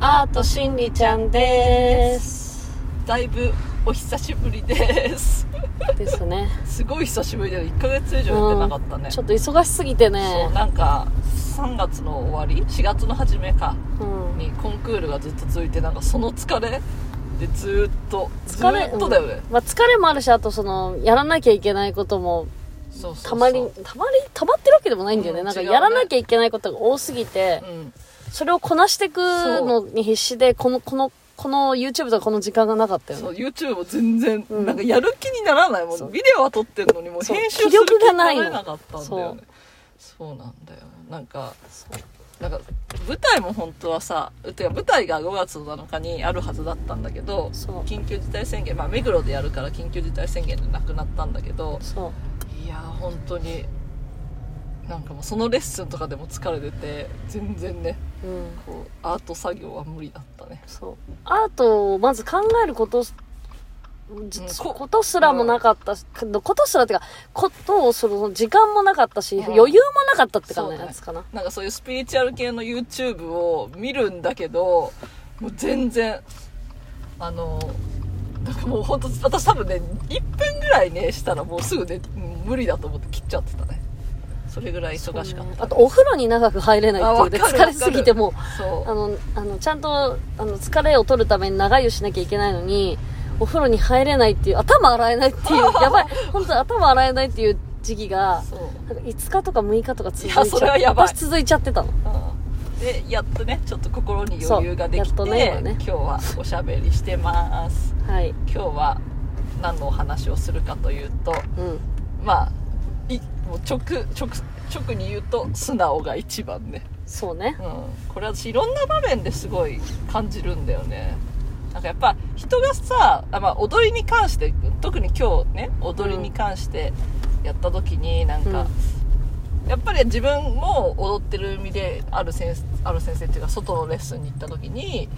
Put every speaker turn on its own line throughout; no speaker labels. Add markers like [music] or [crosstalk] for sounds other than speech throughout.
ハートしんりちゃんです。
だいぶお久しぶりです
ですね。
すごい久しぶりだよ1ヶ月以上やってなかったね、
ちょっと忙しすぎて
そう
ね。
なんか3月の終わり4月の初めか
うん。
にコンクールがずっと続いてなんかその疲れでずーっとず
疲れ
ーっとだよね、
まあ疲れもあるし、あとその、やらなきゃいけないことも、
そうそうそう
たまり、たまり、溜まってるわけでもないんだよね。
うん
なんか
違うね
やらなきゃいけないことが多すぎて
う、ん
それをこなしていくのに必死で、この、この、この YouTube とかこの時間がなかったよ
そ
ね。
う YouTube も全然、
うん
なんかやる気にならないも
そうん
ビデオは撮ってるのにもう
そう
編集する
気力
気
が
に
な
ない
の
れなかったんだよねそうなんだよなんか
そう
なんか舞台も本当はさてか舞台が5月7日にあるはずだったんだけど
そう
緊急事態宣言まあ目黒でやるから緊急事態宣言でなくなったんだけど
そう。
いやー本当になんかもうそのレッスンとかでも疲れてて全然ね
うん。
こうアート作業は無理だったね
そうアートをまず考えることすじ
うん
こ
こと
すらもなかったし、ことすらっていうかことをその時間もなかったし、
うん
余裕もなかったってか
そう
ね
だね
やつかな
なんかそういうスピリチュアル系の YouTube を見るんだけどもう全然あのなんかもう本当私多分ね1分ぐらいねしたらもうすぐねうん無理だと思って切っちゃってたねそれぐらい忙しかった
あとお風呂に長く入れないっていうで
あわかる
疲れすぎても
そう
あのあのちゃんとあの疲れを取るために長湯しなきゃいけないのにお風呂に入れないっていう頭洗えないっていう
[laughs]
やばい本当に頭洗えないっていう時期が
そう、
なんか5日とか6日とか続い
いやそ
ち
れ
ゃっ
は
て
やばい
私続いちゃってたの
うん、でやっとねちょっと心に余裕ができ
そ
て、
うやっとね
今日はおしゃべりしてます
はい
今日は何のお話をするかというと
うん
まあいもう直直直に言うと素直が一番ね
そうね
うん、これ私いろんな場面ですごい感じるんだよねなんかやっぱ人がさあ、まあ、踊りに関して特に今日ね踊りに関してやった時になんか、やっぱり自分も踊ってる身である先生ある先生っていうか外のレッスンに行った時に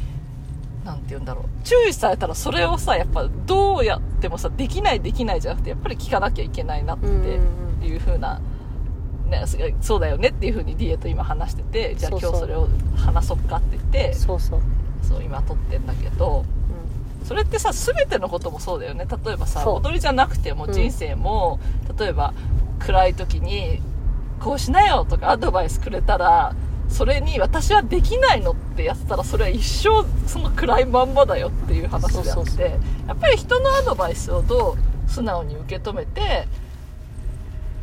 なんて言うんだろう注意されたらそれをさやっぱどうやってもさできないできないじゃなくてやっぱり聞かなきゃいけないなって。
うんうんうん
っていう風な、ね、そそうだよねっていう風に D エと今話しててじゃあ
そうそう
今日それを話そっかって言ってそう
そうそう、
今撮ってんだけど
う
それってさ全てのこともそうだよね例えばさ
そう
踊りじゃなくても
うん
人生も、例えば暗い時にこうしなよとかアドバイスくれたらそれに私はできないのってやってたらそれは一生その暗いまんまだよっていう話であって
そうそうそう
やっぱり人のアドバイスをどう素直に受け止めて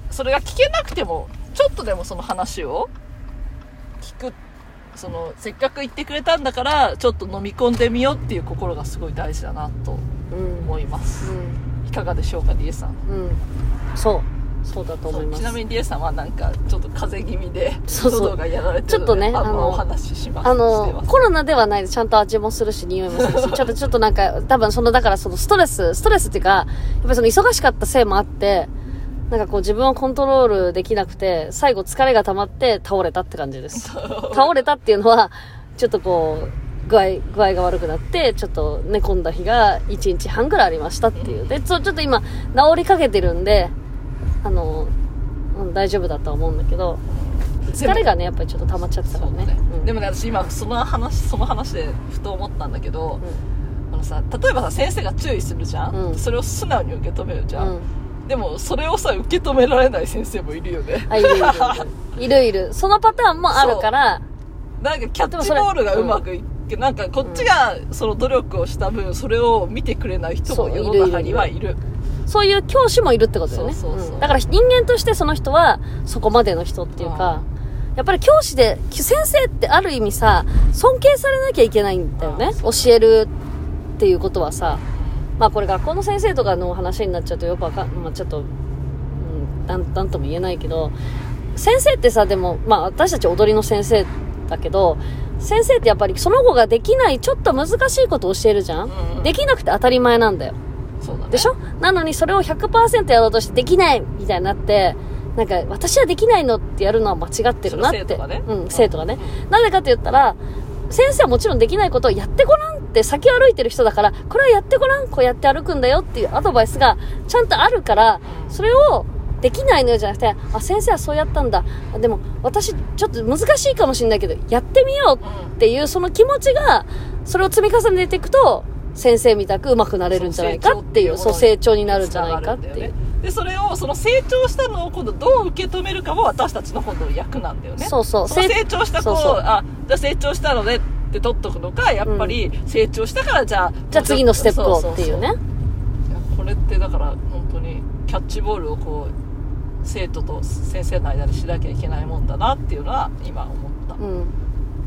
それが聞けなくてもちょっとでもその話を聞くそのせっかく言ってくれたんだからちょっと飲み込んでみようっていう心がすごい大事だなと
ん
思います
う
いかがでしょうか DA さん
ん、うん、そうそうだと思います
ちなみに DA さんはなんかちょっと風邪気味で
そうそう
喉がやられて
ち
る
ょ
の
っと
で
ね
あ
あの
のお話しします
あ
して
の
ます
コロナではないですちゃんと味もするし匂いもするしちょっとちょっとなんか多分そのだからそのストレスストレスっていうかやっぱりその忙しかったせいもあってなんかこう自分をコントロールできなくて最後疲れが溜まって倒れたって感じです倒れたっていうのはちょっとこう具合具合が悪くなってちょっと寝込んだ日が1日半ぐらいありましたっていうでちょちょっと今治りかけてるんであの、うん、大丈夫だとは思うんだけど疲れがねやっぱりちょっと溜まっちゃってたか
そ
ら
う
ね
ね
うん
でもね私今その話その話でふと思ったんだけど、あのさ例えばさ先生が注意するじゃん、
うん
それを素直に受け止めるじ
う
ゃ
ん、うん
ん、でもそれをさ受け止められない先生もいるよね
あいるいるいるいるいるそのパターンもあるから
なんかキャッチボールがうまくいって、なんかこっちがその努力をした分、それを見てくれない人も
そう
世
いる
の中にはいる。
そういう教師もいるってことだよね
そうそうそうん
だから人間としてその人はそこまでの人っていうかやっぱり教師で先生ってある意味さ尊敬されなきゃいけないんだよね
あ
教えるっていうことはさまあこれ学校の先生とかの話になっちゃうとよくわかん、まあ、ちょっと、うん、なんなんとも言えないけど先生ってさでも、まあ、私たち踊りの先生だけど先生ってやっぱりその子ができないちょっと難しいことを教えるじゃ
う
ん、
んうん
できなくて当たり前なんだよ
そうだね。
でしょなのにそれを100%やろうとしてできないみたいになってなんか私はできないのってやるのは間違ってるなって
それ生徒がね
うん、生徒がねなぜかと言ったら先生はもちろんできないことをやってごらんって先歩いてる人だからこれはやってごらんこうやって歩くんだよっていうアドバイスがちゃんとあるからそれをできないのよじゃなくてあ先生はそうやったんだあでも私ちょっと難しいかもしれないけどやってみようっていうその気持ちがそれを積み重ねていくと、先生みたく上手くなれるんじゃないかっていう、そう成長になるんじゃないかって
つがる
いうん
だ。よねでそれをその成長したのを今度どう受け止めるかも私たちの今度の役なんだよね
そうそう
の成長した子を
そうそう
あじゃあ成長したのねって取っとくのかやっぱり成長したからじゃあ、
じゃあ次のステップ
そ
をっていう
そ
ね。
そいやこれってだから本当にキャッチボールをこう生徒と先生の間でしなきゃいけないもんだなっていうのは今思った、
うん。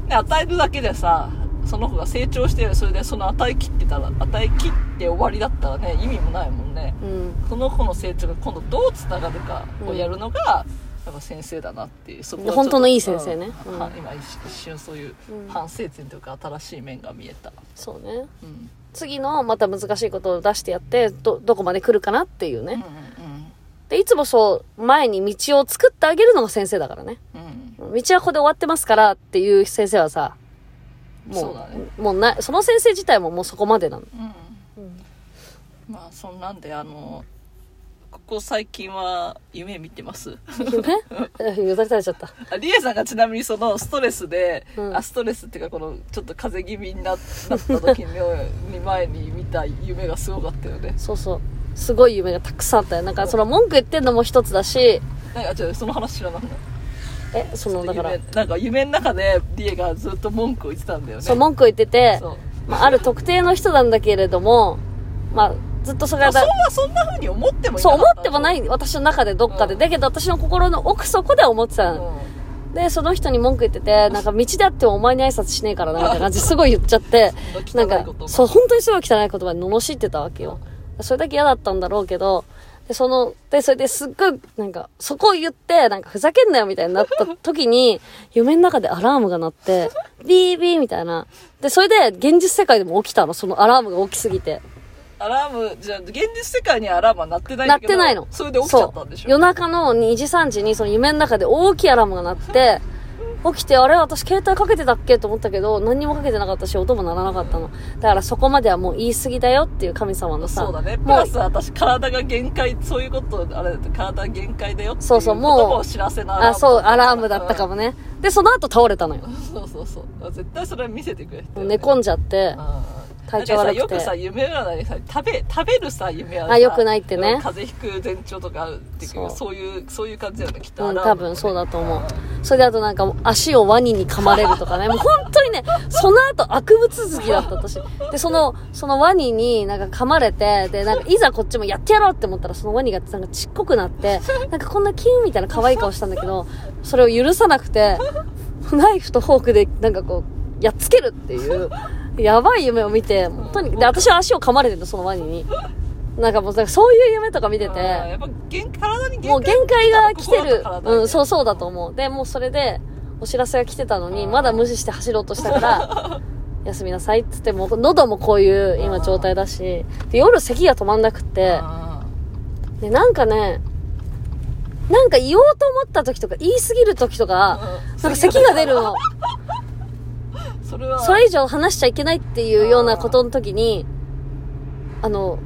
ね、与えるだけでさその子が成長してそれでその与え切ってたら与え切って終わりだったらね意味もないもんね
うん。
その子の成長が今度どうつながるかをやるのが、やっぱ先生だなっていうそこはちょっと
本当のいい先生ね
うん
うん
は今一一瞬そういう
うん
反省点というか新しい面が見えた、
そうね。
うんうん
次のまた難しいことを出してやって、ど、どこまで来るかなっていう
うん
ね。で、いつもそう、前に道を作ってあげるのが先生だからね。
うんうん
道はここで終わってますからっていう先生はさ、
そ
も
うだね
う、もうな、その先生自体ももうそこまでなの。
うん
うん。
まあそんなんであのここ最近は夢見てます
ね [laughs] よだれ垂れちゃった。
あリエさんがちなみにそのストレスで、
うん
あストレスっていうかこのちょっと風邪気味にななった時のに前に見た夢がすごかったよね
そうそう。すごい夢がたくさんあったよ。なんか、その文句言ってんのも一つだし、
なんかちょっとその話知らなくなった
え、その、だから、
夢なんか夢の中でリエがずっと文句を言ってたんだよね
そう、文句言ってて、
そう
まあ、ある特定の人なんだけれども、まあ、ずっとそれ
でも
が
そ
だ
う、はそんな風に思ってもいな
そう
か
思
た
ってもない、私の中でどっかで。
うん
だけど私の心の奥底では思ってたの。で、その人に文句言ってて、なんか道であってもお前に挨拶しねえからな、みたいな感じですごい言っちゃって、
な
なんん
か
か、そう、本当にすごい汚い言葉に罵ってたわけよ。それだけ嫌だったんだろうけど、で、その、で、それですっごい、なんか、そこを言って、なんか、ふざけんなよみたいになった時に、夢の中でアラームが鳴って、ビービーみたいな。で、それで、現実世界でも起きたの、そのアラームが大きすぎて。
アラームじゃあ現実世界にアラームは鳴ってないん
鳴っ
だけど
てないの。
それで起きちゃったんでしょ
そう夜中の2時3時に、その夢の中で大きいアラームが鳴って、起きて、あれ私携帯かけてたっけと思ったけど、何にもかけてなかったし、音も鳴らなかったの。だからそこまではもう言い過ぎだよっていう神様のさ。
そうだね。プ
もう
ラス私、体が限界、そういうこと、あれ、体限界だよっていう
そうそうもう
ことも知らせのアラーム
あ、そう、アラームだったか
も。
もね。で、その後倒れたのよ。
うんそうそうそう。絶対それは見せてくれて、
寝込んじゃって
うん。。
体調悪くて
だってさよくさ、夢占いでさ、食べ、食べるさ、夢はさ。
あ良くないってね
風邪ひく前兆とかあるっていう
そう
そういう、そういう感じだよね、きっと。
うん、
アラ
多
ーム
分そうだと思う。それであとなんか足をワニに噛まれると
[laughs]
かね。もう本当にね、その後悪夢続きだった私。で、その、そのワニになんか噛まれて、で、なんかいざこっちもやってやろうって思ったらそのワニがなんかちっこくなって、なんかこんなキュンみたいな可愛い顔したんだけど、それを許さなくて、ナイフとフォークでなんかこう、やっつけるっていう、やばい夢を見て、もうとにかく、で、私は足を噛まれてるの、そのワニに。なんかもう、なんかそういう夢とか見て
うん
て、
やっぱ限、体に限界
もう限界が来てる。
心と体に
うん、そうそうだと思う。で、もうそれで、お知らせが来てたのに、
うん
まだ無視して走ろうとした [laughs] から、休みなさいって言って、もう喉もこういう今状態だし、で夜咳が止まんなくっ
う
て、
ん
で、なんかね、なんか言おうと思った時とか、言いすぎる時とか、なんか咳が出るの。
それは、
それ以上話しちゃいけないっていうようなことの時に、あの、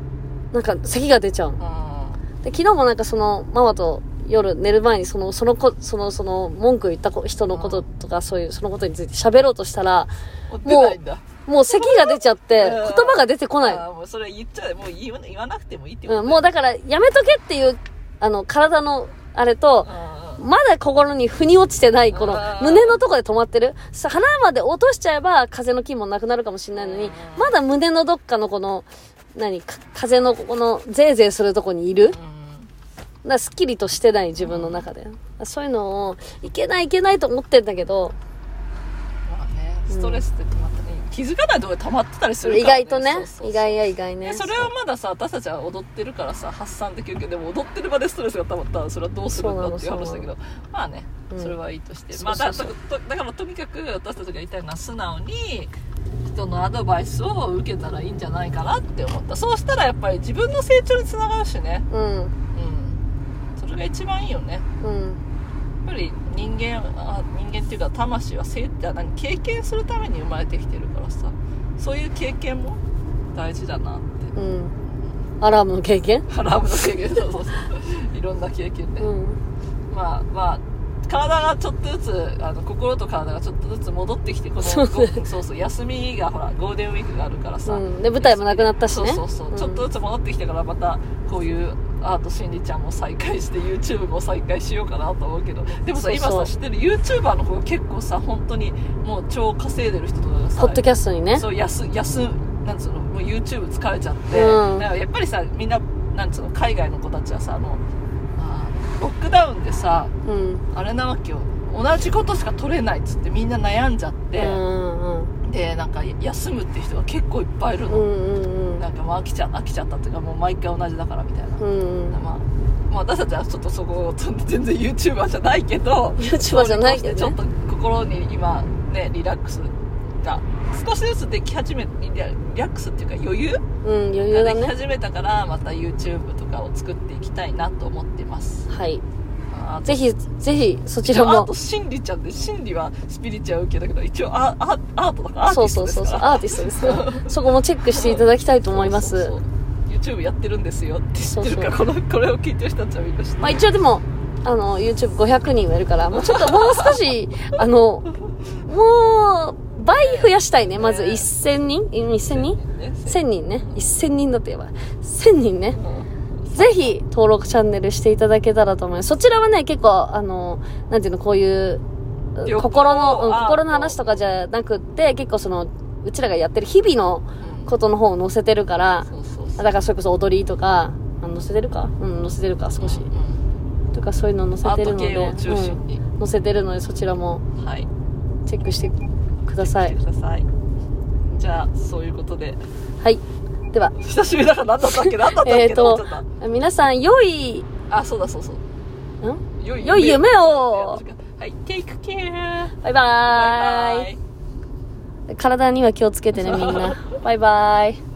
なんか咳が出ちゃうの
うん
で昨日もなんかそのママと夜寝る前にそのその子そのその文句言った子人のこととかそういうそのことについて喋ろうとしたら
もう出ないんだ。
もう咳が出ちゃって
う
言
ん
葉が出てこない、
あーもうそれ言っちゃうもう言わ言わなくてもいいってこと
うん、もうだからやめとけっていうあの体のあれと
うん
まだ心に腑に落ちてないこの
うん
胸のとこで止まってるさ腹まで落としちゃえば風の菌もなくなるかもしれないの
う
に
ん
まだ胸のどっかのこの何か風のこのゼーゼーするとこにいるだからすっきりとしてない自分の中で、そういうのをいけないいけないと思ってんだけど
まあねストレスってたまったね気づかないところに溜まってたりする
意
から、
外とね
そうそうそう
意外や意外
で
ね
それはまださ私たちは踊ってるからさ発散できるけどでも踊ってる場でストレスが溜まったらそれはどうするんだっていう
そうなの
話だけどまあね
うん
それはいいとして、
そう
まあ、だ
そうそう
だだからとにかく私たちが言いたいのは素直に人のアドバイスを受けたらいいんじゃないかなって思ったそうしたらやっぱり自分の成長につながるしね
うん
うんそれが一番いいよね
うん
やっぱり人間は人間っていうか魂は生って何経験するために生まれてきてるからさそういう経験も大事だなって
うんアラームの経験
ハラームの経験そうそうそういろんな経験で、
うん
まあまあ体がちょっとずつあの心と体がちょっとずつ戻ってきてこの
そう
ごそうそう休みがほらゴールデンウィークがあるからさ、
うんで舞台もなくなったしね
そうそうそう、
うん
ちょっとずつ戻ってきてからまたこういうアートしんりちゃんも再開して YouTube も再開しようかなと思うけどでもさ
そうそう
今さ知ってる YouTuber の子結構さ本当にもう超稼いでる人とかがさ
ポッドキャストにね
そう安安なんつうのもう YouTube 疲れちゃって、
うん
なんかやっぱりさみんななんつうの海外の子たちはさあのあーロックダウンでさ
うん
あれなわけよ同じことしか取れないっつってみんな悩んじゃっ
う
て、
んうん
でなんか休むって人が結構いっぱいいる
う
の、
んうん
なんかもう飽きちゃ飽きちゃったっていうかもう毎回同じだからみたいな、
うんうん
まあまあ、私たちはちょっとそこ全然 YouTuber じゃないけど
YouTuber じゃないけどね
ちょっと心に今ねリラックスが少しずつでき始めリラリラックスっていうか余裕
うん余裕
が
だ
でき
ね
始めたからまた YouTube とかを作っていきたいなと思ってます
はい
あー
ぜひぜひそちら
アー
も
ト心理ちゃんで心理はスピリチュアル系だけど一応アアアートだからアーテ
そ
ィ
う
スト
そ
です
うそう
か
そう
ら
アーティストですからそこもチェックしていただきたいと思いま
そう
す
そうそう YouTube やってるんですよって知ってるから
そ
このこ [laughs] れを聞いてる人たちはみんな知ってる
まあ一応でもあの YouTube500 人もいるからもうちょっともう少しあのもう倍増やしたいねまず
ね
1000人うん1000人
ね
1000人ね1000人だって言えば1000人ね
うん
ぜひ登録チャンネルしていただけたらと思います。そちらはね、結構、あの、なんていうの、こういう、
旅行
心の、うん
あ
心の話とかじゃなくって、結構その、うちらがやってる日々の
うん
ことの方を載せてるから、
そうそう
あ
そう
だからそれこそ踊りとか、あ載せてるかうん、載せてるか、少し
う。ん
とかそういうの載
ア
せて
ー
る
ト
ので、
系を中
う
心
ん
に、
載せてるので、そちらも
はい
チェックしてください
来。てくださいじゃあそういうことで [laughs]
はい。では、
久しぶりだから何だったっけ何だったっけ
えーと
と思っちゃっ
皆さん、良い、ん
たあそうだそうそう良い
良い夢を
はい Take care
バイバーイ
イ
体には気をつけてねみんなバイバイ